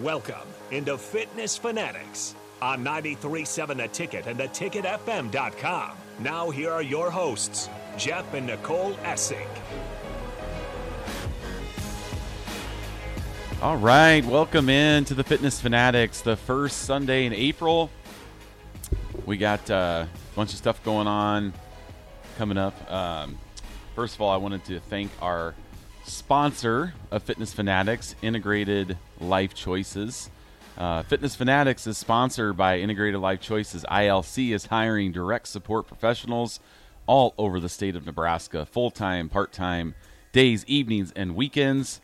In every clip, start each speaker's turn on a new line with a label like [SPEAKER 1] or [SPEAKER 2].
[SPEAKER 1] Welcome into Fitness Fanatics on 937 The Ticket and theticketfm.com. Now here are your hosts, Jeff and Nicole Essig.
[SPEAKER 2] All right, welcome in to the Fitness Fanatics. The first Sunday in April, we got uh, a bunch of stuff going on coming up. Um, first of all, I wanted to thank our sponsor of Fitness Fanatics, Integrated Life Choices. Uh, Fitness Fanatics is sponsored by Integrated Life Choices. ILC is hiring direct support professionals all over the state of Nebraska, full time, part time, days, evenings, and weekends.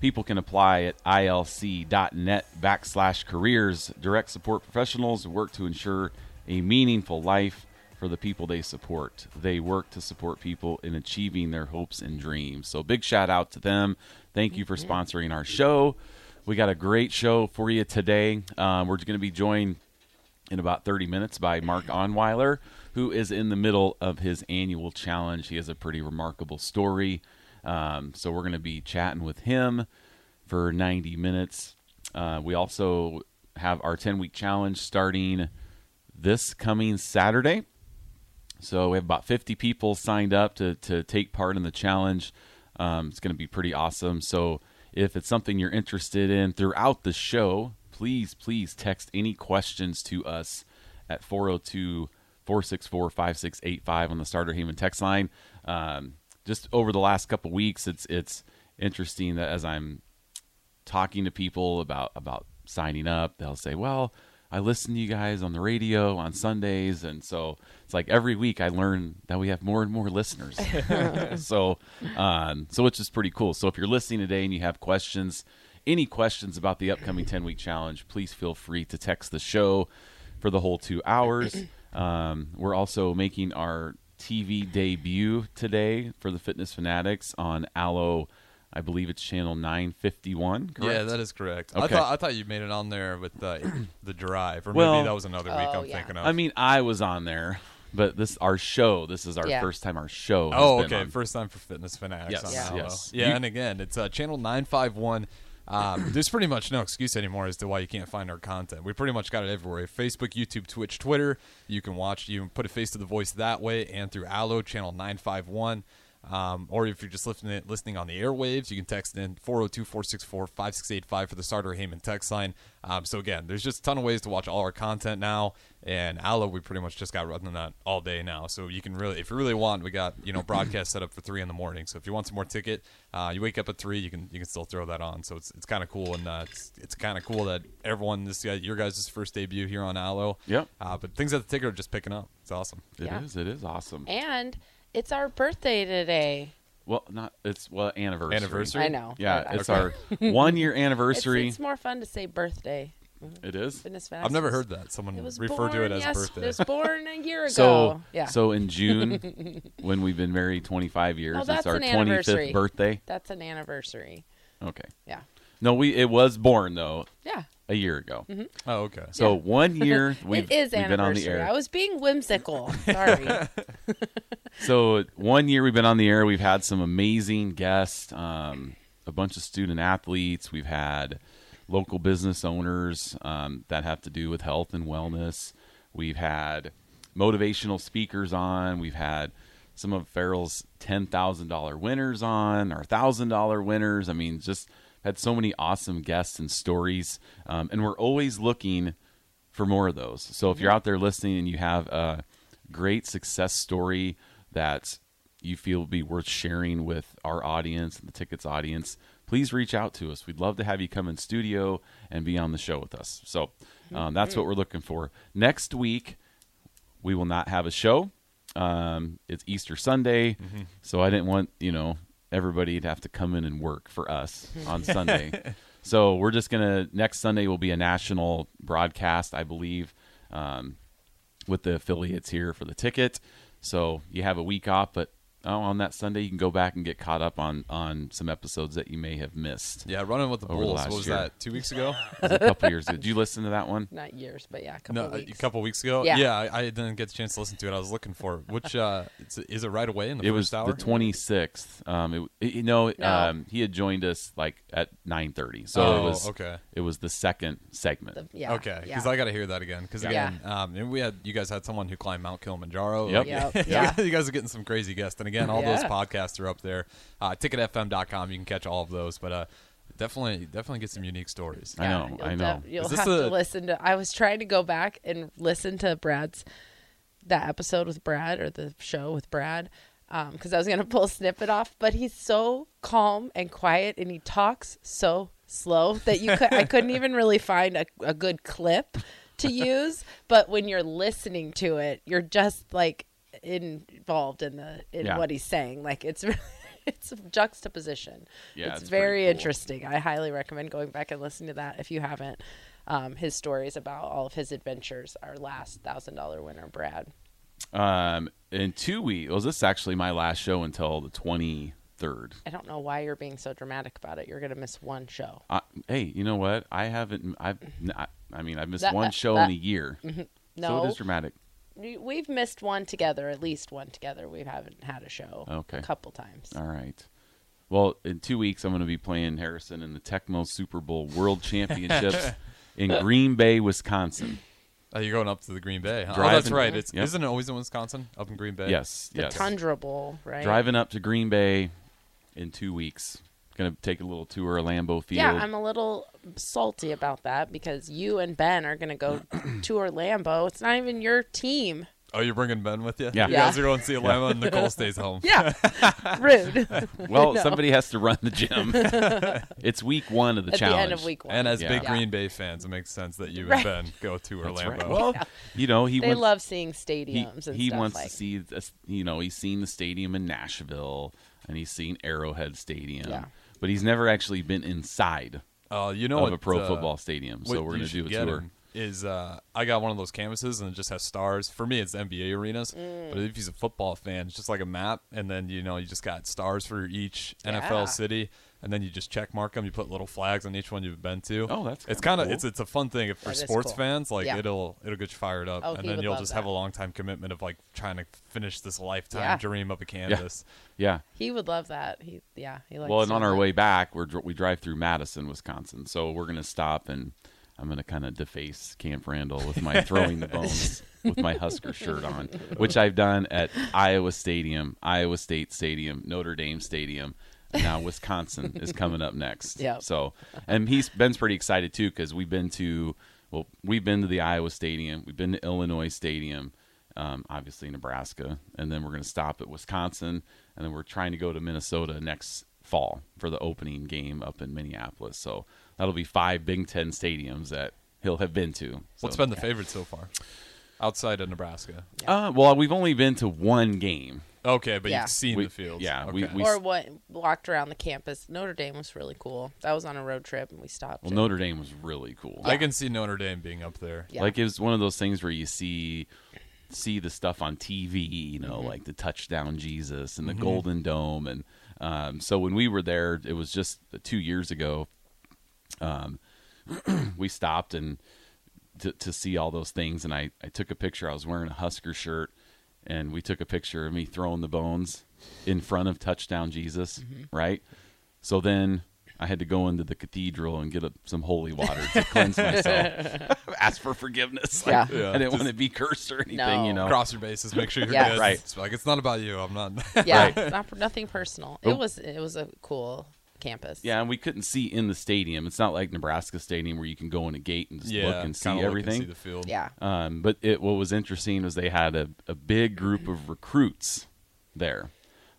[SPEAKER 2] People can apply at ilc.net backslash careers. Direct support professionals work to ensure a meaningful life for the people they support. They work to support people in achieving their hopes and dreams. So, big shout out to them. Thank you for sponsoring our show. We got a great show for you today. Um, we're going to be joined in about 30 minutes by Mark Onweiler, who is in the middle of his annual challenge. He has a pretty remarkable story. Um, so we're going to be chatting with him for 90 minutes. Uh, we also have our 10 week challenge starting this coming Saturday. So we have about 50 people signed up to, to take part in the challenge. Um, it's going to be pretty awesome. So if it's something you're interested in throughout the show, please, please text any questions to us at 402 464 5685 on the Starter Heyman text line. Um, just over the last couple weeks, it's it's interesting that as I'm talking to people about about signing up, they'll say, "Well, I listen to you guys on the radio on Sundays," and so it's like every week I learn that we have more and more listeners. so, um, so which is pretty cool. So if you're listening today and you have questions, any questions about the upcoming 10 week challenge, please feel free to text the show for the whole two hours. Um, we're also making our TV debut today for the Fitness Fanatics on Allo. I believe it's channel 951. Correct?
[SPEAKER 3] Yeah, that is correct. I
[SPEAKER 2] Okay.
[SPEAKER 3] thought I thought you made it on there with uh, the drive, or
[SPEAKER 2] Well-
[SPEAKER 3] maybe that was another week
[SPEAKER 4] Oh,
[SPEAKER 3] I'm
[SPEAKER 4] yeah.
[SPEAKER 3] thinking of.
[SPEAKER 2] I mean, I was on there, but this our show. This is our
[SPEAKER 4] Yeah.
[SPEAKER 2] first time our show. has
[SPEAKER 3] oh,
[SPEAKER 2] been
[SPEAKER 3] okay,
[SPEAKER 2] on.
[SPEAKER 3] first time for Fitness Fanatics.
[SPEAKER 2] Yes,
[SPEAKER 3] on
[SPEAKER 4] Yeah.
[SPEAKER 3] Allo.
[SPEAKER 2] yes.
[SPEAKER 3] yeah.
[SPEAKER 2] You-
[SPEAKER 3] and again, it's uh, channel nine five one. Um, there's pretty much no excuse anymore as to why you can't find our content. We pretty much got it everywhere: Facebook, YouTube, Twitch, Twitter. You can watch. You can put a face to the voice that way, and through Allo channel nine five one. Um, or if you're just listening listening on the airwaves, you can text in 402-464-5685 for the starter Heyman text line. Um, so again, there's just a ton of ways to watch all our content now. And Allo, we pretty much just got running that all day now. So you can really, if you really want, we got you know broadcast set up for three in the morning. So if you want some more ticket, uh, you wake up at three, you can you can still throw that on. So it's it's kind of cool, and uh, it's it's kind of cool that everyone this guy your guys' first debut here on Allo.
[SPEAKER 2] Yep.
[SPEAKER 3] Uh, but things at the ticket are just picking up. It's awesome.
[SPEAKER 2] It
[SPEAKER 4] Yeah.
[SPEAKER 2] is, It is awesome.
[SPEAKER 4] And it's our birthday today.
[SPEAKER 2] well, not it's well anniversary.
[SPEAKER 3] Anniversary?
[SPEAKER 4] I know.
[SPEAKER 2] Yeah,
[SPEAKER 4] I- I-
[SPEAKER 2] it's our one year
[SPEAKER 4] It's,
[SPEAKER 2] anniversary.
[SPEAKER 4] it's more fun to say birthday.
[SPEAKER 2] it is.
[SPEAKER 4] Fitness
[SPEAKER 3] I've never heard that someone
[SPEAKER 4] It was
[SPEAKER 3] refer to it
[SPEAKER 4] born
[SPEAKER 3] as
[SPEAKER 4] yes-
[SPEAKER 3] birthday.
[SPEAKER 4] It was born a year ago.
[SPEAKER 2] So
[SPEAKER 4] yeah.
[SPEAKER 2] so in June, when we've been married 25 years,
[SPEAKER 4] No,
[SPEAKER 2] it's
[SPEAKER 4] that's
[SPEAKER 2] our
[SPEAKER 4] an anniversary.
[SPEAKER 2] 25th birthday.
[SPEAKER 4] that's an anniversary.
[SPEAKER 2] Okay.
[SPEAKER 4] Yeah.
[SPEAKER 2] No, we it was born though
[SPEAKER 4] Yeah.
[SPEAKER 2] a year ago.
[SPEAKER 3] oh, okay.
[SPEAKER 2] So one year we've,
[SPEAKER 4] Mm-hmm. it is
[SPEAKER 2] we've been on
[SPEAKER 4] anniversary.
[SPEAKER 2] the air.
[SPEAKER 4] I was being whimsical. Sorry.
[SPEAKER 2] so one year we've been on the air we've had some amazing guests um, a bunch of student athletes we've had local business owners um, that have to do with health and wellness we've had motivational speakers on we've had some of farrell's $10000 winners on our $1000 winners i mean just had so many awesome guests and stories um, and we're always looking for more of those. So if you're out there listening and you have a great success story that you feel would be worth sharing with our audience and the tickets audience, please reach out to us. We'd love to have you come in studio and be on the show with us. So um, that's what we're looking for. Next week, we will not have a show. Um, it's Easter Sunday, so I didn't want you know everybody to have to come in and work for us on Sunday. so we're just gonna next Sunday will be a national broadcast, I believe, um, with the affiliates here for the ticket. So you have a week off, but oh, on that Sunday, you can go back and get caught up on on some episodes that you may have missed.
[SPEAKER 3] Yeah, running with the
[SPEAKER 2] Over the
[SPEAKER 3] Bulls.
[SPEAKER 2] Oh, last
[SPEAKER 3] what was
[SPEAKER 2] year.
[SPEAKER 3] that? Two weeks ago?
[SPEAKER 2] It was a couple years ago. Did you listen to that one?
[SPEAKER 4] Not years, but yeah, a couple
[SPEAKER 2] uh,
[SPEAKER 3] no,
[SPEAKER 4] weeks.
[SPEAKER 3] a couple weeks ago.
[SPEAKER 4] Yeah.
[SPEAKER 3] I, I didn't get the chance to listen to it. I was looking for it. Which uh, it's, is it right away in the
[SPEAKER 2] it
[SPEAKER 3] first
[SPEAKER 2] was the
[SPEAKER 3] hour?
[SPEAKER 2] 26th. Um, it, it- you know,
[SPEAKER 4] No.
[SPEAKER 2] um, he had joined us like at 9:30, so it
[SPEAKER 3] Oh,
[SPEAKER 2] was
[SPEAKER 3] okay.
[SPEAKER 2] It was the second segment.
[SPEAKER 4] The- yeah.
[SPEAKER 3] okay,
[SPEAKER 4] Yeah.
[SPEAKER 3] because I got to hear that again. Because
[SPEAKER 4] Yeah.
[SPEAKER 3] again, um, and we had you guys had someone who climbed Mount Kilimanjaro.
[SPEAKER 2] Yep.
[SPEAKER 4] Yep, yeah.
[SPEAKER 3] you guys are getting some crazy guests. And again, all those
[SPEAKER 4] Yeah.
[SPEAKER 3] podcasts are up there. Uh, ticketfm.com. You can catch all of those. But uh, definitely, definitely get some unique stories.
[SPEAKER 2] I know,
[SPEAKER 4] you'll
[SPEAKER 2] I know.
[SPEAKER 4] def- you'll
[SPEAKER 3] Is this
[SPEAKER 4] have to
[SPEAKER 3] the-
[SPEAKER 4] listen to. I was trying to go back and listen to Brad's that episode with Brad or the show with Brad because I was gonna pull a snippet off, but he's so calm and quiet and he talks so slow that you could, I couldn't even really find a, a good clip to use. But when you're listening to it, you're just like involved in the in
[SPEAKER 2] Yeah.
[SPEAKER 4] what he's saying. Like it's. It's a juxtaposition.
[SPEAKER 2] Yeah,
[SPEAKER 4] it's,
[SPEAKER 2] it's pretty
[SPEAKER 4] very
[SPEAKER 2] cool.
[SPEAKER 4] interesting. I highly recommend going back and listening to that if you haven't. Um, his stories about all of his adventures. Our last thousand dollar winner, Brad.
[SPEAKER 2] Um, in two weeks, well, this is actually my last show until the 23rd.
[SPEAKER 4] I don't know why you're being so dramatic about it. You're gonna miss one show.
[SPEAKER 2] I, hey, you know what? I haven't. I've. I, I mean, I've missed
[SPEAKER 4] That-
[SPEAKER 2] one show in
[SPEAKER 4] that- Mm-hmm.
[SPEAKER 2] a year.
[SPEAKER 4] No,
[SPEAKER 2] So it is dramatic.
[SPEAKER 4] We- we've missed one together, at least one together. We haven't had a show.
[SPEAKER 2] Okay.
[SPEAKER 4] a couple times.
[SPEAKER 2] All right. Well, in two weeks, I'm going to be playing Harrison in the Tecmo Super Bowl World Championships in Green Bay, Wisconsin.
[SPEAKER 3] Oh, you're going up to the Green Bay. Huh? Oh,
[SPEAKER 2] Driving-
[SPEAKER 3] that's right. It's
[SPEAKER 2] Yep.
[SPEAKER 3] isn't it always in Wisconsin? Up in Green Bay.
[SPEAKER 2] Yes.
[SPEAKER 4] The
[SPEAKER 2] yes.
[SPEAKER 4] Tundra Bowl, right?
[SPEAKER 2] Driving up to Green Bay in two weeks. Going to take a little tour of Lambeau Field.
[SPEAKER 4] Yeah, I'm a little salty about that because you and Ben are gonna go tour Lambo. It's not even your team.
[SPEAKER 3] Oh, you're bringing Ben with you?
[SPEAKER 2] Yeah.
[SPEAKER 3] You
[SPEAKER 4] Yeah.
[SPEAKER 3] guys are going to see Alamo and Nicole stays home.
[SPEAKER 4] Yeah, rude.
[SPEAKER 2] well, somebody has to run the gym. it's week one of the
[SPEAKER 4] At
[SPEAKER 2] challenge.
[SPEAKER 4] the end of week one.
[SPEAKER 3] And as
[SPEAKER 2] Yeah.
[SPEAKER 3] big
[SPEAKER 4] Yeah.
[SPEAKER 3] Green Bay fans, it makes sense that you and
[SPEAKER 4] Right.
[SPEAKER 3] Ben go to
[SPEAKER 2] That's
[SPEAKER 3] Orlando.
[SPEAKER 2] right. Well, you know he
[SPEAKER 4] they
[SPEAKER 2] wants,
[SPEAKER 4] love seeing
[SPEAKER 2] he,
[SPEAKER 4] stadiums and
[SPEAKER 2] he
[SPEAKER 4] stuff
[SPEAKER 2] wants
[SPEAKER 4] like
[SPEAKER 2] to see this- you know he's seen the stadium in Nashville and he's seen Arrowhead Stadium,
[SPEAKER 4] Yeah.
[SPEAKER 2] but he's never actually been inside
[SPEAKER 3] uh, you know
[SPEAKER 2] of
[SPEAKER 3] what,
[SPEAKER 2] a pro
[SPEAKER 3] uh,
[SPEAKER 2] football stadium. So
[SPEAKER 3] what
[SPEAKER 2] we're
[SPEAKER 3] you
[SPEAKER 2] gonna do
[SPEAKER 3] should
[SPEAKER 2] a
[SPEAKER 3] get
[SPEAKER 2] tour.
[SPEAKER 3] him Is uh, I got one of those canvases and it just has stars. For me, it's NBA arenas.
[SPEAKER 4] Mm.
[SPEAKER 3] But if he's a football fan, it's just like a map, and then you know you just got stars for each
[SPEAKER 4] Yeah.
[SPEAKER 3] NFL city, and then you just check mark them. You put little flags on each one you've been to.
[SPEAKER 2] Oh, that's kinda
[SPEAKER 3] it's kind of
[SPEAKER 2] cool.
[SPEAKER 3] it's it's a fun thing for
[SPEAKER 4] That is
[SPEAKER 3] sports
[SPEAKER 4] cool.
[SPEAKER 3] fans. Like
[SPEAKER 4] Yeah.
[SPEAKER 3] it'll it'll get you fired up,
[SPEAKER 4] Oh,
[SPEAKER 3] and
[SPEAKER 4] he
[SPEAKER 3] then
[SPEAKER 4] would
[SPEAKER 3] you'll
[SPEAKER 4] love
[SPEAKER 3] just have a
[SPEAKER 4] that.
[SPEAKER 3] long time commitment of like trying to finish this lifetime
[SPEAKER 4] Yeah.
[SPEAKER 3] dream of a canvas.
[SPEAKER 2] Yeah.
[SPEAKER 4] He would love that. He yeah. He likes
[SPEAKER 2] Well, and on our
[SPEAKER 4] that.
[SPEAKER 2] way back, we're dr- we drive through Madison, Wisconsin. So we're gonna stop and I'm gonna kind of deface Camp Randall with my throwing the bones with my Husker shirt on, which I've done at Iowa Stadium, Iowa State Stadium, Notre Dame Stadium. And now Wisconsin is coming up next.
[SPEAKER 4] Yep.
[SPEAKER 2] So, and he's Ben's pretty excited too because we've been to well, we've been to the Iowa Stadium, we've been to Illinois Stadium, um, obviously Nebraska, and then we're going to stop at Wisconsin, and then we're trying to go to Minnesota next fall for the opening game up in Minneapolis. So that'll be five Big Ten stadiums that he'll have been to. So,
[SPEAKER 3] What's been the favorite so far? Outside of Nebraska.
[SPEAKER 2] Uh, well, we've only been to one game.
[SPEAKER 3] Okay, but
[SPEAKER 4] Yeah.
[SPEAKER 3] you've seen
[SPEAKER 2] We-
[SPEAKER 3] the field.
[SPEAKER 2] yeah,
[SPEAKER 3] okay.
[SPEAKER 2] we- we-
[SPEAKER 4] or what walked around the campus. Notre Dame was really cool. That was on a road trip and we stopped.
[SPEAKER 2] Well,
[SPEAKER 4] and-
[SPEAKER 2] Notre Dame was really cool.
[SPEAKER 3] I can see Notre Dame being up there.
[SPEAKER 4] yeah.
[SPEAKER 2] Like it was one of those things where you see see the stuff on TV, you know, like the touchdown Jesus and the Golden Dome, and um, so when we were there, it was just two years ago. Um, we stopped and to, to see all those things, and I I took a picture. I was wearing a Husker shirt, and we took a picture of me throwing the bones in front of touchdown Jesus, right? So then. I had to go into the cathedral and get a, some holy water to cleanse myself. Ask for forgiveness. Like,
[SPEAKER 4] Yeah.
[SPEAKER 3] Yeah,
[SPEAKER 2] I didn't want to be cursed or anything,
[SPEAKER 4] No.
[SPEAKER 2] you know.
[SPEAKER 3] Cross your bases, make sure you're
[SPEAKER 4] Yeah.
[SPEAKER 3] good.
[SPEAKER 2] Right.
[SPEAKER 3] It's like it's not about you. I'm not.
[SPEAKER 4] yeah,
[SPEAKER 2] Right.
[SPEAKER 4] it's not, nothing personal.
[SPEAKER 2] Oh.
[SPEAKER 4] It was it was a cool campus.
[SPEAKER 2] Yeah, and we couldn't see in the stadium. It's not like Nebraska Stadium where you can go in a gate and just
[SPEAKER 3] yeah,
[SPEAKER 2] look and see
[SPEAKER 3] kinda
[SPEAKER 2] everything.
[SPEAKER 3] see the field.
[SPEAKER 4] Yeah.
[SPEAKER 2] um, but it, what was interesting was they had a, a big group of recruits there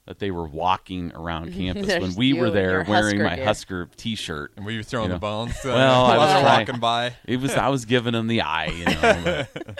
[SPEAKER 2] that they were walking around campus when
[SPEAKER 4] There's
[SPEAKER 2] we
[SPEAKER 4] you
[SPEAKER 2] were
[SPEAKER 4] and
[SPEAKER 2] there
[SPEAKER 4] your
[SPEAKER 2] wearing
[SPEAKER 4] Husker
[SPEAKER 2] my
[SPEAKER 4] gear.
[SPEAKER 2] Husker T-shirt.
[SPEAKER 3] And were you throwing
[SPEAKER 2] You know.
[SPEAKER 3] the bones? uh,
[SPEAKER 2] Well, I
[SPEAKER 3] while
[SPEAKER 2] was
[SPEAKER 3] they're
[SPEAKER 2] trying-
[SPEAKER 3] walking by.
[SPEAKER 2] It was I was giving them the eye. You know, but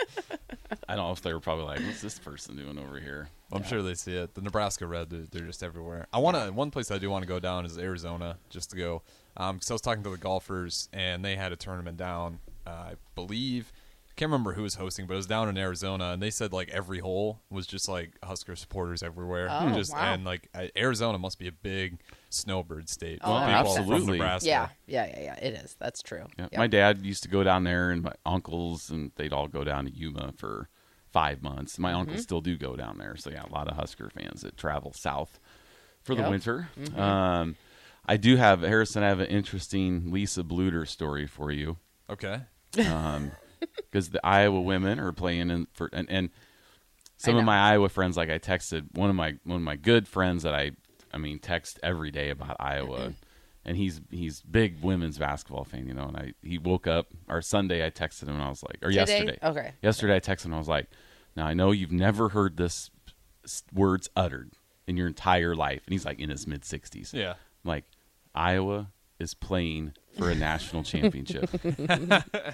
[SPEAKER 2] I don't know if they were probably like, "What's this person doing over here?"
[SPEAKER 3] I'm sure they see it. The Nebraska Red, they're, they're just everywhere. I want to. One place I do want to go down is Arizona, just to go. um, Because I was talking to the golfers, and they had a tournament down. Uh, I believe can't remember who was hosting, but it was down in Arizona, and they said like every hole was just like Husker supporters everywhere.
[SPEAKER 4] Oh,
[SPEAKER 3] just
[SPEAKER 4] wow.
[SPEAKER 3] and like I- Arizona must be a big snowbird state.
[SPEAKER 4] Oh,
[SPEAKER 3] with
[SPEAKER 4] that
[SPEAKER 3] people
[SPEAKER 4] makes sense.
[SPEAKER 3] from
[SPEAKER 2] Absolutely.
[SPEAKER 3] Nebraska.
[SPEAKER 4] Yeah, yeah, yeah, yeah. It is. That's true.
[SPEAKER 2] Yeah.
[SPEAKER 4] Yep.
[SPEAKER 2] My dad used to go down there, and my uncles, and they'd all go down to Yuma for five months. My uncles still do go down there, so yeah, a lot of Husker fans that travel south for the
[SPEAKER 4] Yep.
[SPEAKER 2] winter. Um, I do have Harrison. I have an interesting Lisa Bluter story for you
[SPEAKER 3] Okay.
[SPEAKER 2] because the Iowa women are playing in for and, and some
[SPEAKER 4] know.
[SPEAKER 2] of my Iowa friends, like I texted one of my one of my good friends that I I mean text every day about
[SPEAKER 4] Mm-hmm.
[SPEAKER 2] Iowa, and he's he's big women's basketball fan, you know. And I he woke up or Sunday I texted him and I was like, or
[SPEAKER 4] Today?
[SPEAKER 2] yesterday,
[SPEAKER 4] Okay.
[SPEAKER 2] yesterday I texted him and I was like, now I know you've never heard this s- words uttered in your entire life, and he's like in his mid sixties,
[SPEAKER 3] Yeah.
[SPEAKER 2] I'm like Iowa is playing for a national championship.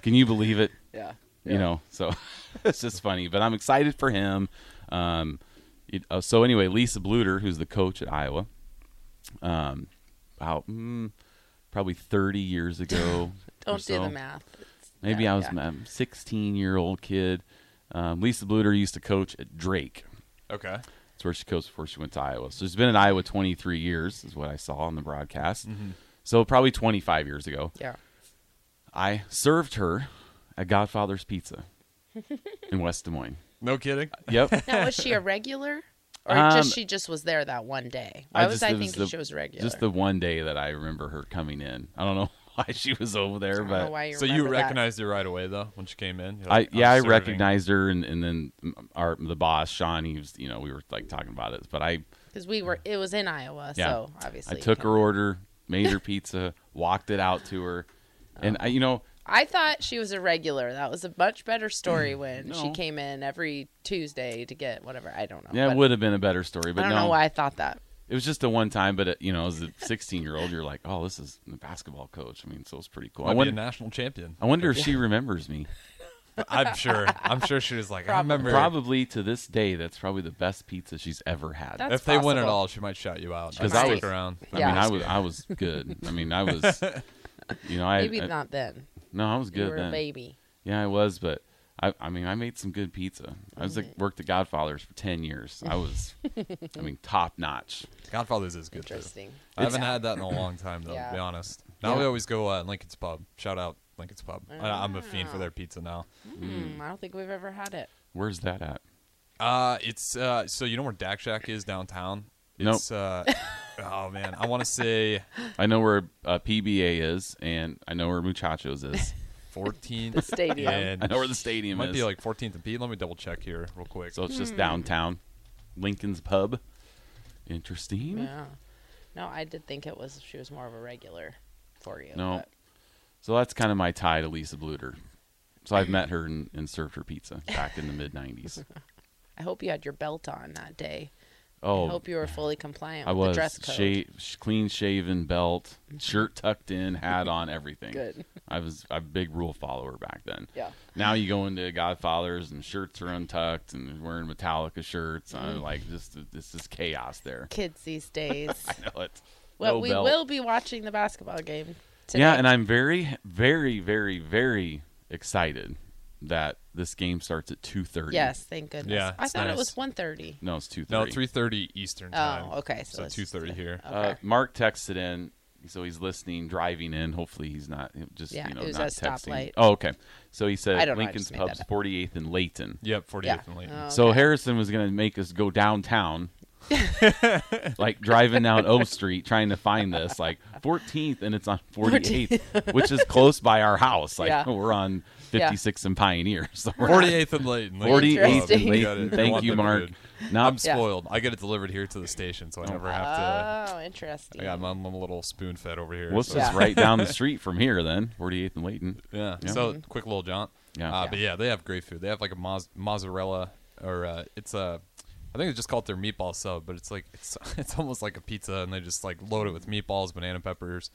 [SPEAKER 2] Can you believe it?
[SPEAKER 4] Yeah.
[SPEAKER 2] you know so it's just funny but i'm excited for him um, it- uh, so anyway lisa bluter who's the coach at iowa um, about mm, probably 30 years ago or
[SPEAKER 4] Don't do
[SPEAKER 2] so.
[SPEAKER 4] the math. It's-
[SPEAKER 2] maybe
[SPEAKER 4] yeah,
[SPEAKER 2] i was
[SPEAKER 4] yeah.
[SPEAKER 2] a 16 year old kid um, lisa bluter used to coach at drake
[SPEAKER 3] Okay.
[SPEAKER 2] that's where she coached before she went to Iowa. So she's been in Iowa 23 years, is what I saw on the broadcast. So probably 25 years ago.
[SPEAKER 4] Mm-hmm. Yeah.
[SPEAKER 2] I served her at Godfather's Pizza in West Des Moines.
[SPEAKER 3] No kidding.
[SPEAKER 2] Yep.
[SPEAKER 4] Now was she a regular, or
[SPEAKER 2] Um,
[SPEAKER 4] just she just was there that one day? Why was
[SPEAKER 2] just-
[SPEAKER 4] I
[SPEAKER 2] it was
[SPEAKER 4] thinking
[SPEAKER 2] the-
[SPEAKER 4] she was regular?
[SPEAKER 2] Just the one day that I remember her coming in. I don't know why she was over there,
[SPEAKER 4] I don't know
[SPEAKER 2] but
[SPEAKER 4] why you
[SPEAKER 3] So you
[SPEAKER 4] remember that.
[SPEAKER 3] recognized her right away though when she came in. You're
[SPEAKER 2] I
[SPEAKER 3] like,
[SPEAKER 2] yeah,
[SPEAKER 3] I'm
[SPEAKER 2] I
[SPEAKER 3] serving.
[SPEAKER 2] recognized her, and, and then our the boss Sean. He was you know we were like talking about it, but I
[SPEAKER 4] because we were it was in Iowa,
[SPEAKER 2] Yeah.
[SPEAKER 4] so obviously
[SPEAKER 2] I
[SPEAKER 4] you
[SPEAKER 2] took
[SPEAKER 4] can-
[SPEAKER 2] her order, made her pizza, walked it out to her,
[SPEAKER 4] Oh.
[SPEAKER 2] and I you know
[SPEAKER 4] I thought she was a regular. That was a much better story
[SPEAKER 3] Mm.
[SPEAKER 4] when she
[SPEAKER 2] No.
[SPEAKER 4] came in every Tuesday to get whatever. I don't know.
[SPEAKER 2] yeah, it
[SPEAKER 4] Oh, but
[SPEAKER 2] would have been a better story,
[SPEAKER 4] I
[SPEAKER 2] but
[SPEAKER 4] don't
[SPEAKER 2] no,
[SPEAKER 4] know why I thought that.
[SPEAKER 2] it was just a one time. But it, you know, as a sixteen year old, you're like, oh, this is a basketball coach. I mean, so it's pretty cool.
[SPEAKER 3] Might
[SPEAKER 2] I
[SPEAKER 3] be a
[SPEAKER 2] wonder,
[SPEAKER 3] national champion.
[SPEAKER 2] I wonder if she remembers me.
[SPEAKER 3] I'm sure. I'm sure she was like, I remember.
[SPEAKER 2] Probably to this day, that's probably the best pizza she's ever had.
[SPEAKER 4] That's
[SPEAKER 3] If they win at
[SPEAKER 4] possible.
[SPEAKER 3] all, she might shout you out.
[SPEAKER 2] 'Cause I
[SPEAKER 3] I'd stick
[SPEAKER 2] was-
[SPEAKER 3] around.
[SPEAKER 2] I
[SPEAKER 4] Yeah.
[SPEAKER 2] mean, I was I was good. I mean, I was, you know, I
[SPEAKER 4] Maybe
[SPEAKER 2] I-
[SPEAKER 4] not then.
[SPEAKER 2] No, I was
[SPEAKER 4] You
[SPEAKER 2] good
[SPEAKER 4] were
[SPEAKER 2] then.
[SPEAKER 4] a baby.
[SPEAKER 2] Yeah, I was, but I I mean, I made some good pizza. I was like worked at Godfather's for ten years. I was, I mean, top notch.
[SPEAKER 3] Godfather's is good too.
[SPEAKER 4] Interesting.
[SPEAKER 3] I haven't had that in a long time, though.
[SPEAKER 4] Yeah.
[SPEAKER 3] To be honest, now we
[SPEAKER 2] Yeah.
[SPEAKER 3] always go uh, Lincoln's Pub. Shout out Lincoln's Pub. I, I'm a fiend for their pizza now. Mm.
[SPEAKER 4] Hmm, I don't think we've ever had it.
[SPEAKER 2] Where's that at?
[SPEAKER 3] Uh, it's uh, so you know where Dak Shack is downtown.
[SPEAKER 2] Nope.
[SPEAKER 3] It's, uh, oh man, I want to say
[SPEAKER 2] I know where uh, PBA is, and I know where Muchachos is.
[SPEAKER 3] 14th
[SPEAKER 4] The stadium.
[SPEAKER 3] and-
[SPEAKER 2] I know where the
[SPEAKER 3] it
[SPEAKER 2] stadium
[SPEAKER 3] might
[SPEAKER 2] is.
[SPEAKER 3] be like 14th and P. Let me double check here real quick.
[SPEAKER 2] so it's just
[SPEAKER 4] Hmm.
[SPEAKER 2] downtown, Lincoln's Pub.
[SPEAKER 3] Hmm.
[SPEAKER 2] Interesting.
[SPEAKER 4] Yeah. No, I did think it was she was more of a regular for you.
[SPEAKER 2] No.
[SPEAKER 4] but-
[SPEAKER 2] So that's kind of my tie to Lisa Bluter. So I've met her and, and served her pizza back in the mid '90s.
[SPEAKER 4] I hope you had your belt on that day.
[SPEAKER 2] Oh,
[SPEAKER 4] I hope you were fully compliant
[SPEAKER 2] I
[SPEAKER 4] with
[SPEAKER 2] was
[SPEAKER 4] the dress code. Mm-hmm.
[SPEAKER 2] Sha- sh- clean shaven, belt, shirt tucked in, hat on, everything.
[SPEAKER 4] Good.
[SPEAKER 2] I was a big rule follower back then.
[SPEAKER 4] Yeah.
[SPEAKER 2] Now you go into Godfathers and shirts are untucked and wearing Metallica shirts.
[SPEAKER 4] Mm-hmm.
[SPEAKER 2] I'm like, just this is chaos there.
[SPEAKER 4] Kids these days.
[SPEAKER 2] You know, it's
[SPEAKER 4] well,
[SPEAKER 2] no
[SPEAKER 4] we
[SPEAKER 2] belt.
[SPEAKER 4] will be watching the basketball game today.
[SPEAKER 2] Yeah, and I'm very, very, very, very excited that this game starts at 2:30.
[SPEAKER 4] Yes, thank goodness.
[SPEAKER 3] Yeah,
[SPEAKER 4] I
[SPEAKER 3] it's
[SPEAKER 4] thought
[SPEAKER 3] nice.
[SPEAKER 4] it was 1.30.
[SPEAKER 2] No, it's 2:30.
[SPEAKER 3] no, 3:30 Eastern time.
[SPEAKER 4] Oh, okay.
[SPEAKER 3] So
[SPEAKER 4] So, it's
[SPEAKER 3] 2:30 here.
[SPEAKER 4] Okay.
[SPEAKER 2] Uh, Mark texted in, so he's listening, driving in. Hopefully, he's not just
[SPEAKER 4] Yeah,
[SPEAKER 2] you know
[SPEAKER 4] it was
[SPEAKER 2] not
[SPEAKER 4] at a
[SPEAKER 2] texting.
[SPEAKER 4] stoplight.
[SPEAKER 2] Oh, okay. So he said
[SPEAKER 4] I don't know, I
[SPEAKER 2] Lincoln's
[SPEAKER 4] just made
[SPEAKER 2] Pub's
[SPEAKER 4] that up.
[SPEAKER 2] 48th and Layton.
[SPEAKER 3] Yep, 48th
[SPEAKER 4] Yeah.
[SPEAKER 3] and late.
[SPEAKER 4] Oh,
[SPEAKER 2] So
[SPEAKER 4] okay.
[SPEAKER 2] Harrison was gonna make us go downtown, like driving down O Street trying to find this, like 14th, and it's on 48th, which is close by our house. Like
[SPEAKER 4] Yeah.
[SPEAKER 2] we're on 56 and Pioneer. So we're not-
[SPEAKER 3] 48th and late.
[SPEAKER 2] and
[SPEAKER 4] Interesting.
[SPEAKER 2] Layton. Thank you, Mark. Now
[SPEAKER 3] I'm spoiled. I get it delivered here to the station, so I never have to.
[SPEAKER 4] oh, interesting.
[SPEAKER 3] I got my, my little spoon fed over here.
[SPEAKER 2] well, it's
[SPEAKER 3] so-
[SPEAKER 2] just
[SPEAKER 4] Yeah.
[SPEAKER 2] right down the street from here. Then 48th and Layton.
[SPEAKER 3] Yeah. So quick little jaunt.
[SPEAKER 2] Yeah.
[SPEAKER 3] Uh,
[SPEAKER 2] Yeah.
[SPEAKER 3] But yeah, they have great food. They have like a moz- mozzarella, or uh, it's a, I think they just call it their meatball sub, but it's like it's it's almost like a pizza, and they just like load it with meatballs, banana peppers,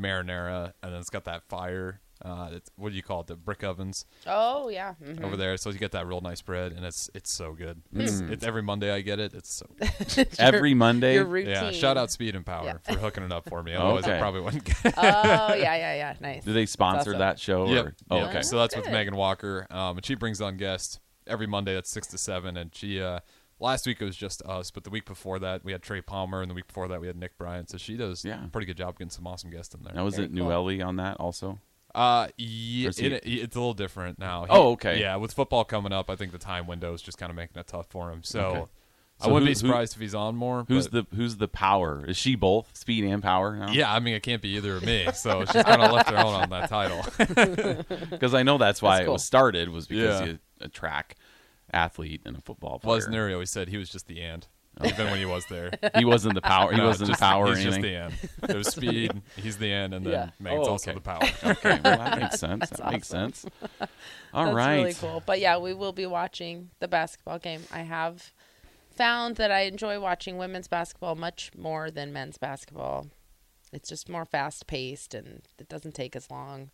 [SPEAKER 3] marinara, and then it's got that fire Uh, it's, what do you call it? The brick ovens
[SPEAKER 4] Oh yeah. mhm.
[SPEAKER 2] Mm.
[SPEAKER 3] over there. So you get that real nice bread, and it's it's so good.
[SPEAKER 2] Hmm.
[SPEAKER 3] It's, it's every Monday I get it. It's so
[SPEAKER 4] It's your-
[SPEAKER 2] Every Monday.
[SPEAKER 4] Your routine.
[SPEAKER 3] yeah. Shout out Speed and Power for hooking it up for me. Otherwise,
[SPEAKER 2] Okay.
[SPEAKER 3] I probably wouldn't get it.
[SPEAKER 4] Oh yeah, yeah, yeah. Nice.
[SPEAKER 2] Do they sponsor
[SPEAKER 4] awesome.
[SPEAKER 2] that show?
[SPEAKER 3] Yep.
[SPEAKER 2] Or, oh,
[SPEAKER 3] Yep.
[SPEAKER 2] okay.
[SPEAKER 3] So that's with
[SPEAKER 4] Good.
[SPEAKER 3] Megan Walker. Um, and she brings on guests every Monday at six to seven. And she uh, last week it was just us, but the week before that we had Trey Palmer, and the week before that we had Nick Bryant. So she does
[SPEAKER 2] Yeah.
[SPEAKER 3] a pretty good job getting some awesome guests in there.
[SPEAKER 2] Now, was
[SPEAKER 4] Very
[SPEAKER 2] it
[SPEAKER 4] cool.
[SPEAKER 2] Newelli on that also?
[SPEAKER 3] Uh, yeah,
[SPEAKER 2] Or is he-
[SPEAKER 3] it, it's a little different now. He-
[SPEAKER 2] Oh, okay.
[SPEAKER 3] Yeah, with football coming up, I think the time window is just kind of making it tough for him. So,
[SPEAKER 2] Okay.
[SPEAKER 3] I
[SPEAKER 2] So
[SPEAKER 3] wouldn't
[SPEAKER 2] who-
[SPEAKER 3] be
[SPEAKER 2] who-
[SPEAKER 3] surprised if he's on more.
[SPEAKER 2] Who's
[SPEAKER 3] but-
[SPEAKER 2] the Who's the power? Is she both speed and power now?
[SPEAKER 3] Yeah, I mean, it can't be either of me. So she's kind of left her own on that title.
[SPEAKER 2] because I know that's why
[SPEAKER 4] That's
[SPEAKER 2] it was started was because
[SPEAKER 3] Yeah.
[SPEAKER 2] he's a track athlete and a football player.
[SPEAKER 3] Lesnar always said he was just the and, even when he was there.
[SPEAKER 2] He wasn't the power. He
[SPEAKER 3] No,
[SPEAKER 2] wasn't
[SPEAKER 3] just-
[SPEAKER 2] the power.
[SPEAKER 3] He's
[SPEAKER 2] or anything.
[SPEAKER 3] just the end. There's speed. He's the end, and then
[SPEAKER 4] Yeah.
[SPEAKER 3] Megan's
[SPEAKER 2] Oh,
[SPEAKER 3] also
[SPEAKER 2] okay.
[SPEAKER 3] the power.
[SPEAKER 2] Okay, well, that makes sense. that makes sense. All
[SPEAKER 4] That's
[SPEAKER 2] right.
[SPEAKER 4] really cool. But yeah, we will be watching the basketball game. I have found that I enjoy watching women's basketball much more than men's basketball. It's just more fast paced and it doesn't take as long.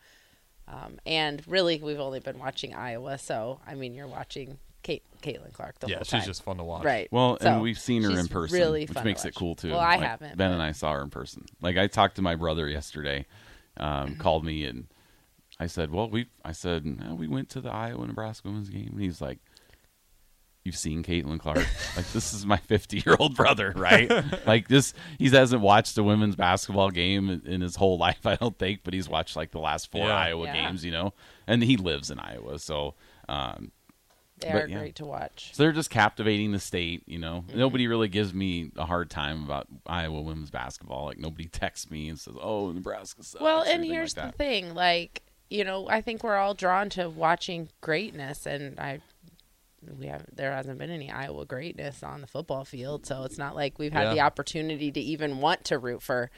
[SPEAKER 4] Um, and really, we've only been watching Iowa, so I mean, you're watching Kate, Caitlin Clark the
[SPEAKER 3] yeah,
[SPEAKER 4] whole
[SPEAKER 3] she's
[SPEAKER 4] time,
[SPEAKER 3] just fun to watch.
[SPEAKER 4] right?
[SPEAKER 2] Well,
[SPEAKER 4] So
[SPEAKER 2] and we've seen her
[SPEAKER 4] she's
[SPEAKER 2] in person,
[SPEAKER 4] really
[SPEAKER 2] which
[SPEAKER 4] fun to
[SPEAKER 2] makes it
[SPEAKER 4] watch.
[SPEAKER 2] cool too.
[SPEAKER 4] Well, I
[SPEAKER 2] Like,
[SPEAKER 4] haven't.
[SPEAKER 2] Ben
[SPEAKER 4] but-
[SPEAKER 2] and I saw her in person. Like I talked to my brother yesterday, um,
[SPEAKER 4] Mm-hmm.
[SPEAKER 2] called me and I said, "Well, we," I said, "No, "We went to the Iowa Nebraska women's game," and he's like. You've seen Caitlin Clark. Like this is my fifty-year-old brother, right? like this, he hasn't watched a women's basketball game in, in his whole life, I don't think. But he's watched like the last four
[SPEAKER 3] Yeah.
[SPEAKER 2] Iowa
[SPEAKER 4] Yeah.
[SPEAKER 2] games, you know. And he lives in Iowa, so um,
[SPEAKER 4] they
[SPEAKER 2] but
[SPEAKER 4] are
[SPEAKER 2] yeah.
[SPEAKER 4] great to watch.
[SPEAKER 2] so they're just captivating the state, you know.
[SPEAKER 4] Mm-hmm.
[SPEAKER 2] Nobody really gives me a hard time about Iowa women's basketball. Like nobody texts me and says, "Oh, Nebraska sucks."
[SPEAKER 4] Well,
[SPEAKER 2] or
[SPEAKER 4] and
[SPEAKER 2] anything
[SPEAKER 4] here's
[SPEAKER 2] like that.
[SPEAKER 4] the thing, like, you know, I think we're all drawn to watching greatness and I we haven't there hasn't been any Iowa greatness on the football field, so it's not like we've had
[SPEAKER 3] Yeah.
[SPEAKER 4] the opportunity to even want to root for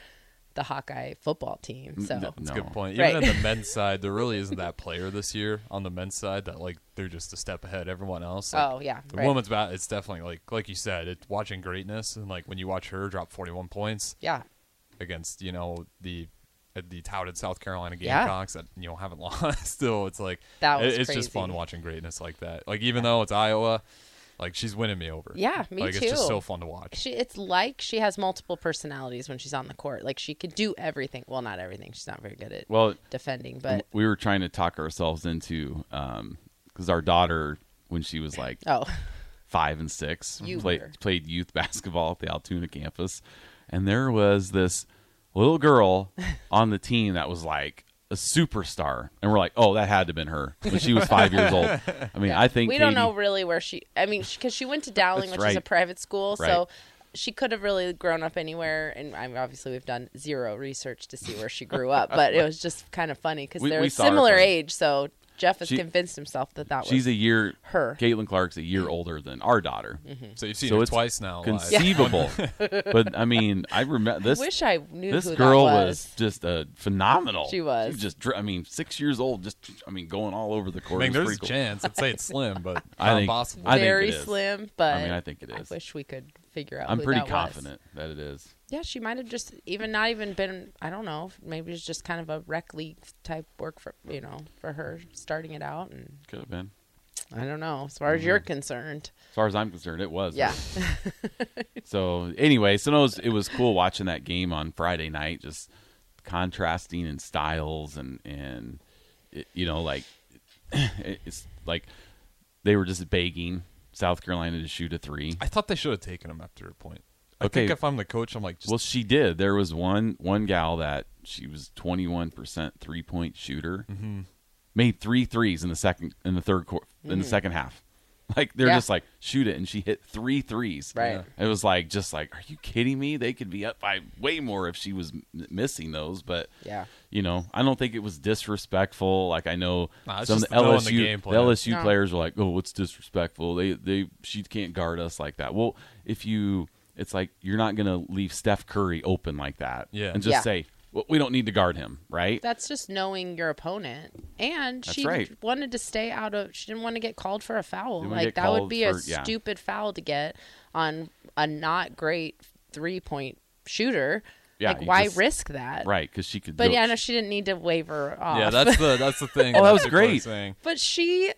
[SPEAKER 4] the Hawkeye football team. So
[SPEAKER 2] no.
[SPEAKER 3] That's a
[SPEAKER 2] No.
[SPEAKER 3] good point.
[SPEAKER 4] Right.
[SPEAKER 3] Even on the men's side, there really isn't that player this year on the men's side that like they're just a step ahead everyone else. Like,
[SPEAKER 4] Oh yeah.
[SPEAKER 3] The
[SPEAKER 4] right.
[SPEAKER 3] woman's bat, it's definitely like like you said, it's watching greatness and like when you watch her drop 41 points
[SPEAKER 4] Yeah.
[SPEAKER 3] against you know the uh, the touted South Carolina
[SPEAKER 4] Yeah.
[SPEAKER 3] Gamecocks that you know haven't lost. Still, it's like
[SPEAKER 4] That was
[SPEAKER 3] it- it's just fun
[SPEAKER 4] crazy.
[SPEAKER 3] watching greatness like that. Like even though it's Iowa, like she's winning me over.
[SPEAKER 4] Yeah, me
[SPEAKER 3] like, It's just
[SPEAKER 4] too.
[SPEAKER 3] so fun to watch.
[SPEAKER 4] She it's like she has multiple personalities when she's on the court. Like she could do everything. Well, not everything. She's not very good at
[SPEAKER 2] Well,
[SPEAKER 4] defending, but
[SPEAKER 2] we were trying to talk ourselves into because our daughter, when she was like
[SPEAKER 4] oh,
[SPEAKER 2] five and six,
[SPEAKER 4] You
[SPEAKER 2] played
[SPEAKER 4] were.
[SPEAKER 2] played youth basketball at the Altoona campus, and there was this little girl on the team that was like a superstar, and we're like, "Oh, that had to have been her when she was five years old." I mean, I think
[SPEAKER 4] we don't
[SPEAKER 2] Katie-
[SPEAKER 4] know really where she i mean because she went to dowling which
[SPEAKER 2] That's
[SPEAKER 4] is a
[SPEAKER 2] right.
[SPEAKER 4] private school
[SPEAKER 2] Right.
[SPEAKER 4] so she could have really grown up anywhere and i mean, obviously we've done zero research to see where she grew up but it was just kind of funny because
[SPEAKER 2] We-
[SPEAKER 4] they're
[SPEAKER 2] we saw her
[SPEAKER 4] similar
[SPEAKER 2] play.
[SPEAKER 4] age so jeff has
[SPEAKER 2] She-
[SPEAKER 4] convinced himself that that
[SPEAKER 2] She's
[SPEAKER 4] was
[SPEAKER 2] a year.
[SPEAKER 4] her. Mm-hmm.
[SPEAKER 2] Caitlin Clark's a year older than our daughter,
[SPEAKER 3] So you've seen
[SPEAKER 2] So
[SPEAKER 3] her
[SPEAKER 2] it's
[SPEAKER 3] twice now. live.
[SPEAKER 2] conceivable. but I mean, I remember
[SPEAKER 4] I
[SPEAKER 2] this.
[SPEAKER 4] wish i knew
[SPEAKER 2] this
[SPEAKER 4] who
[SPEAKER 2] girl
[SPEAKER 4] that
[SPEAKER 2] was. just a phenomenal.
[SPEAKER 4] She was.
[SPEAKER 2] just. dr- I mean, six years old. Just. I mean, going all over the
[SPEAKER 3] I
[SPEAKER 2] court.
[SPEAKER 3] mean,
[SPEAKER 2] It was
[SPEAKER 3] there's
[SPEAKER 2] pretty
[SPEAKER 3] a
[SPEAKER 2] cool.
[SPEAKER 3] chance. I'd say it's slim, but not
[SPEAKER 2] I think-
[SPEAKER 3] possible.
[SPEAKER 2] I think
[SPEAKER 4] very
[SPEAKER 2] it is.
[SPEAKER 4] slim but
[SPEAKER 2] I mean, I think it is.
[SPEAKER 4] I wish we could figure out
[SPEAKER 2] I'm
[SPEAKER 4] who
[SPEAKER 2] pretty
[SPEAKER 4] that was.
[SPEAKER 2] confident that it is.
[SPEAKER 4] yeah she might have just even not even been i don't know maybe it's just kind of a rec league type work for you know for her starting it out and
[SPEAKER 2] Could have been.
[SPEAKER 4] i don't know as far as
[SPEAKER 2] Mm-hmm.
[SPEAKER 4] you're concerned
[SPEAKER 2] As far as I'm concerned, it was.
[SPEAKER 4] Yeah.
[SPEAKER 2] So anyway, so it was, it was cool watching that game on Friday night, just contrasting in styles and and it, you know like it, it's like they were just begging South Carolina to shoot a three.
[SPEAKER 3] I thought they should have taken him after a point. I
[SPEAKER 2] Okay.
[SPEAKER 3] think if I'm the coach, I'm like, just
[SPEAKER 2] Well, she did. There was one one gal that she was 21 percent three point shooter,
[SPEAKER 3] Mm-hmm.
[SPEAKER 2] made three threes in the second in the third quarter in the second half. Like they're
[SPEAKER 4] Mm. Yeah.
[SPEAKER 2] just like shoot it, and she hit three threes.
[SPEAKER 4] Right.
[SPEAKER 2] It was like just like, are you kidding me? They could be up by way more if she was m- missing those. But
[SPEAKER 4] Yeah.
[SPEAKER 2] you know, I don't think it was disrespectful. Like I know
[SPEAKER 3] Nah, it's
[SPEAKER 2] some
[SPEAKER 3] just
[SPEAKER 2] of the
[SPEAKER 3] knowing
[SPEAKER 2] LSU
[SPEAKER 3] the game plan.
[SPEAKER 2] LSU
[SPEAKER 4] No.
[SPEAKER 2] players are like, "Oh, what's disrespectful? They they she can't guard us like that." Well, if you it's like you're not going to leave Steph Curry open like that
[SPEAKER 3] Yeah.
[SPEAKER 2] and just
[SPEAKER 4] Yeah.
[SPEAKER 2] say, well, "We don't need to guard him," right?
[SPEAKER 4] That's just knowing your opponent. And she
[SPEAKER 2] right.
[SPEAKER 4] wanted to stay out of. She didn't want to get called for a foul.
[SPEAKER 2] Didn't wanna
[SPEAKER 4] like
[SPEAKER 2] get
[SPEAKER 4] that would
[SPEAKER 2] called
[SPEAKER 4] be a
[SPEAKER 2] for- yeah.
[SPEAKER 4] stupid foul to get on a not great three point shooter.
[SPEAKER 2] Yeah,
[SPEAKER 4] like
[SPEAKER 2] you
[SPEAKER 4] why
[SPEAKER 2] just-
[SPEAKER 4] risk that?
[SPEAKER 2] Right, because she could.
[SPEAKER 4] But
[SPEAKER 2] do
[SPEAKER 4] yeah,
[SPEAKER 2] it.
[SPEAKER 4] I know she didn't need to waiver off.
[SPEAKER 3] Yeah, that's the that's the thing.
[SPEAKER 2] Oh, that was
[SPEAKER 3] people are
[SPEAKER 2] great.
[SPEAKER 3] saying.
[SPEAKER 4] but she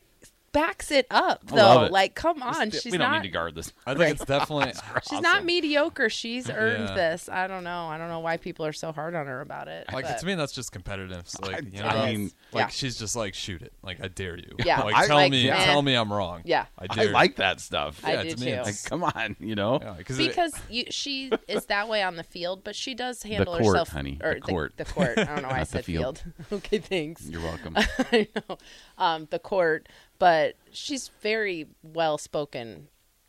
[SPEAKER 4] backs it up though.
[SPEAKER 2] love it.
[SPEAKER 4] Like, come on,
[SPEAKER 2] Just-
[SPEAKER 4] she's
[SPEAKER 2] we don't
[SPEAKER 4] not.
[SPEAKER 2] need to guard this.
[SPEAKER 3] I think it's definitely.
[SPEAKER 4] She's not mediocre. She's earned
[SPEAKER 3] Yeah.
[SPEAKER 4] this. I don't know. I don't know why people are so hard on her about it.
[SPEAKER 3] Like
[SPEAKER 4] but-
[SPEAKER 3] to me, that's just competitive. So, like you know,
[SPEAKER 2] I mean,
[SPEAKER 3] like
[SPEAKER 4] Yeah.
[SPEAKER 3] she's just like shoot it. Like I dare you.
[SPEAKER 4] Yeah.
[SPEAKER 3] Like
[SPEAKER 4] I-
[SPEAKER 3] tell
[SPEAKER 4] like,
[SPEAKER 3] me,
[SPEAKER 4] yeah.
[SPEAKER 3] tell me I'm wrong.
[SPEAKER 4] Yeah.
[SPEAKER 3] I
[SPEAKER 2] I
[SPEAKER 3] dare.
[SPEAKER 2] like that stuff.
[SPEAKER 4] I
[SPEAKER 3] yeah,
[SPEAKER 4] do
[SPEAKER 3] to me
[SPEAKER 4] too.
[SPEAKER 2] Like,
[SPEAKER 3] it's-
[SPEAKER 2] come on, you know.
[SPEAKER 3] Yeah, because it-
[SPEAKER 4] because you, she is that way on the field, but she does handle
[SPEAKER 2] court,
[SPEAKER 4] herself.
[SPEAKER 2] honey.
[SPEAKER 4] or
[SPEAKER 2] The court.
[SPEAKER 4] The, court. I don't know why I
[SPEAKER 2] Not the
[SPEAKER 4] said
[SPEAKER 2] field.
[SPEAKER 4] field. okay, thanks.
[SPEAKER 2] You're welcome.
[SPEAKER 4] I know. Um, the court, but she's very well spoken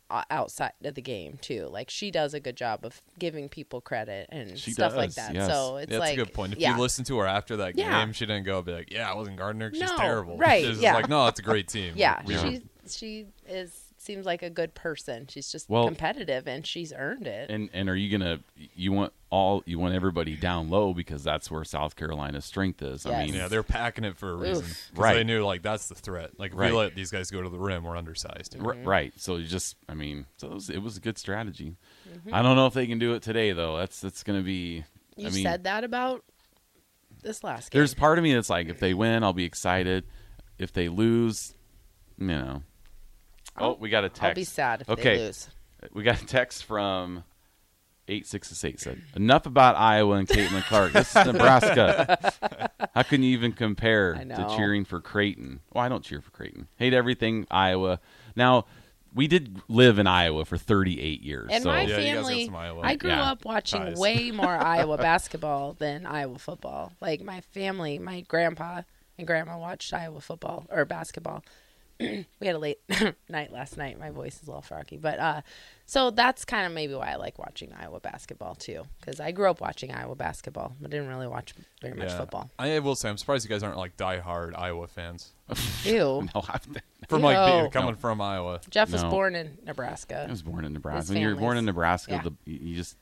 [SPEAKER 4] o- outside of the game too. Like she does a good job of giving people credit and
[SPEAKER 2] She
[SPEAKER 4] stuff like
[SPEAKER 2] does,
[SPEAKER 4] that.
[SPEAKER 2] yes.
[SPEAKER 4] So it's
[SPEAKER 3] that's
[SPEAKER 4] like
[SPEAKER 3] a good point. If
[SPEAKER 4] yeah.
[SPEAKER 3] you listen to her after that
[SPEAKER 4] Yeah.
[SPEAKER 3] game, she didn't go be like, "Yeah, I wasn't Gardner. She's
[SPEAKER 4] No,
[SPEAKER 3] terrible."
[SPEAKER 4] right,
[SPEAKER 3] She's just
[SPEAKER 4] yeah.
[SPEAKER 3] like, "No, it's a great team."
[SPEAKER 4] yeah,
[SPEAKER 3] We-
[SPEAKER 4] she she is seems like a good person. She's just
[SPEAKER 2] Well-
[SPEAKER 4] competitive and she's earned it.
[SPEAKER 2] And and are you gonna you want all you want everybody down low because that's where South Carolina's strength is. I
[SPEAKER 4] Yes.
[SPEAKER 2] mean,
[SPEAKER 3] Yeah, they're packing it for a reason. 'Cause
[SPEAKER 2] Right.
[SPEAKER 3] They knew like that's the threat. Like if
[SPEAKER 2] Right.
[SPEAKER 3] we let these guys go to the rim, we're undersized.
[SPEAKER 2] r-
[SPEAKER 4] Mm-hmm.
[SPEAKER 2] right. So you just I mean, so it was, it was a good strategy. I don't know if they can do it today though. That's that's gonna be.
[SPEAKER 4] Mm-hmm. you
[SPEAKER 2] I mean,
[SPEAKER 4] said that about this last game.
[SPEAKER 2] there's part of me that's like, if
[SPEAKER 4] Mm-hmm.
[SPEAKER 2] they win, I'll be excited. If they lose, you know. Oh, we got a text.
[SPEAKER 4] I'll be sad if
[SPEAKER 2] okay.
[SPEAKER 4] they lose.
[SPEAKER 2] We got a text from eight six six eight said, "Enough about Iowa and Caitlin Clark. This is Nebraska. How can you even compare
[SPEAKER 4] I
[SPEAKER 2] to
[SPEAKER 4] know.
[SPEAKER 2] cheering for Creighton? Well, I don't cheer for Creighton. Hate everything Iowa. Now, we did live in Iowa for thirty eight years.
[SPEAKER 4] And
[SPEAKER 2] so
[SPEAKER 3] Yeah,
[SPEAKER 4] my
[SPEAKER 3] you guys got
[SPEAKER 4] family,
[SPEAKER 3] some Iowa,
[SPEAKER 4] I grew
[SPEAKER 2] yeah,
[SPEAKER 4] up watching
[SPEAKER 3] ties.
[SPEAKER 4] way more Iowa basketball than Iowa football. Like my family, my grandpa and grandma watched Iowa football or basketball. we had a late night last night. My voice is a little froggy, but uh, so that's kind of maybe why I like watching Iowa basketball too, because I grew up watching Iowa basketball. but didn't really watch very much
[SPEAKER 3] Yeah.
[SPEAKER 4] football.
[SPEAKER 3] I will say, I'm surprised you guys aren't like diehard Iowa fans.
[SPEAKER 4] Ew.
[SPEAKER 2] No, I,
[SPEAKER 3] From like being-
[SPEAKER 4] No.
[SPEAKER 3] coming from Iowa,
[SPEAKER 4] Jeff was
[SPEAKER 2] No.
[SPEAKER 4] born in Nebraska.
[SPEAKER 2] I was born in Nebraska.
[SPEAKER 4] His
[SPEAKER 2] When you're born
[SPEAKER 4] family's-
[SPEAKER 2] in Nebraska,
[SPEAKER 4] yeah.
[SPEAKER 2] the, you you just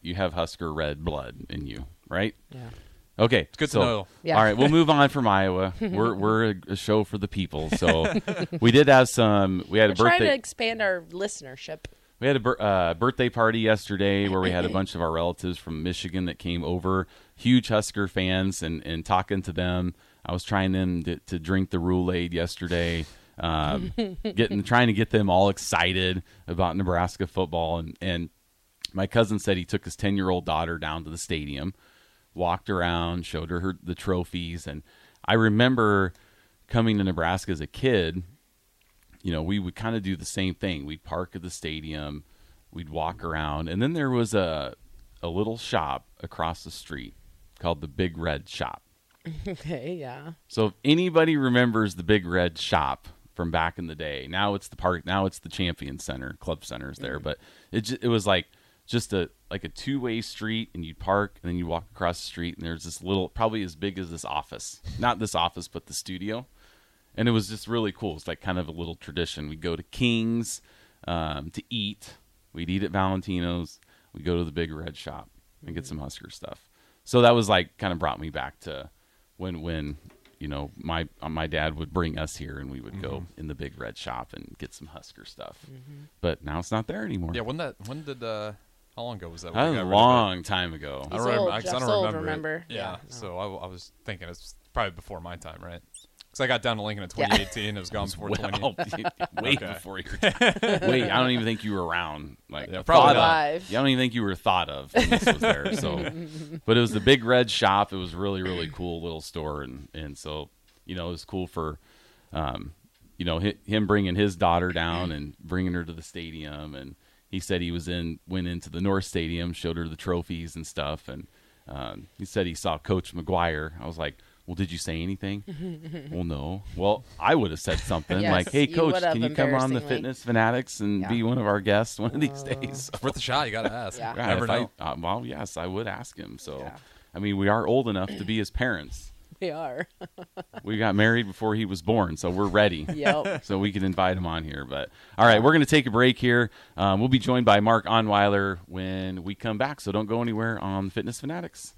[SPEAKER 2] you have Husker red blood in you, right?
[SPEAKER 4] yeah.
[SPEAKER 2] Okay, it's
[SPEAKER 3] good to
[SPEAKER 2] so,
[SPEAKER 3] know.
[SPEAKER 4] Yeah.
[SPEAKER 2] All right, we'll move on from Iowa. We're we're a, a show for the people, so we did have some. We had
[SPEAKER 4] We're
[SPEAKER 2] a
[SPEAKER 4] trying to
[SPEAKER 2] birthday.
[SPEAKER 4] expand our listenership.
[SPEAKER 2] We had a bir- uh, birthday party yesterday where we had a bunch of our relatives from Michigan that came over, huge Husker fans, and and talking to them. I was trying them to, to drink the Roulade yesterday, um, getting trying to get them all excited about Nebraska football, and and my cousin said he took his 10 year old daughter down to the stadium walked around showed her, her the trophies and i remember coming to nebraska as a kid you know we would kind of do the same thing we'd park at the stadium we'd walk around and then there was a a little shop across the street called the big red shop
[SPEAKER 4] Okay, yeah.
[SPEAKER 2] so if anybody remembers the big red shop from back in the day, now it's the park, now it's the Champion Center, Club Center is there, but it ju- it was like just a like a two way street, and you'd park, and then you walk across the street, and there's this little, probably as big as this office, not this office, but the studio, and it was just really cool. It's like kind of a little tradition. We'd go to King's um, to eat. We'd eat at Valentino's. We'd go to the Big Red Shop and get some Husker stuff. So that was like kind of brought me back to when when you know my uh, my dad would bring us here and we would go in the Big Red Shop and get some Husker stuff. But now it's not there anymore.
[SPEAKER 3] yeah. When that when did uh, how long ago was that?
[SPEAKER 2] that was a long time ago.
[SPEAKER 3] I
[SPEAKER 4] He's
[SPEAKER 3] don't remember.
[SPEAKER 4] old,
[SPEAKER 3] 'cause I
[SPEAKER 4] Jeff's
[SPEAKER 3] don't
[SPEAKER 4] old,
[SPEAKER 3] remember. it.
[SPEAKER 4] remember?
[SPEAKER 3] Yeah.
[SPEAKER 4] Yeah, no.
[SPEAKER 3] So I, w- I was thinking it's probably before my time, right? Because I got down to Lincoln in 2018. It was gone before 20.
[SPEAKER 2] Well, way
[SPEAKER 3] Okay.
[SPEAKER 2] before your time. Wait, I don't even think you were around. Like
[SPEAKER 3] Yeah,
[SPEAKER 2] probably
[SPEAKER 3] probably
[SPEAKER 2] thought
[SPEAKER 4] not.
[SPEAKER 2] of. Yeah, I don't even think you were thought of when this was there. So, but it was the big red shop. It was really really cool little store, and and so you know it was cool for, um, you know hi- him bringing his daughter down and bringing her to the stadium, and he said he was in went into the North Stadium, showed her the trophies and stuff, and um, he said he saw Coach McGuire. I was like. Well, did you say anything? well, no. Well, I would have said something
[SPEAKER 4] Yes,
[SPEAKER 2] like, "Hey,
[SPEAKER 4] you
[SPEAKER 2] coach,
[SPEAKER 4] would have,
[SPEAKER 2] can you come on the
[SPEAKER 4] embarrassingly.
[SPEAKER 2] fitness?" Fitness fanatics and
[SPEAKER 4] Yeah. Oh.
[SPEAKER 2] be one of our guests one of these days.
[SPEAKER 3] It's worth a shot. You got to ask.
[SPEAKER 4] Yeah.
[SPEAKER 2] Yeah,
[SPEAKER 3] Never
[SPEAKER 2] if I-
[SPEAKER 3] know.
[SPEAKER 2] uh, well, yes, I would ask him. So,
[SPEAKER 4] Yeah.
[SPEAKER 2] I mean, we are old enough to be his parents.
[SPEAKER 4] They are.
[SPEAKER 2] We got married before he was born, so we're ready.
[SPEAKER 4] yep.
[SPEAKER 2] So we can invite him on here. But all right, we're going to take a break here. Um, we'll be joined by Mark Onweiler when we come back. So don't go anywhere on Fitness Fanatics.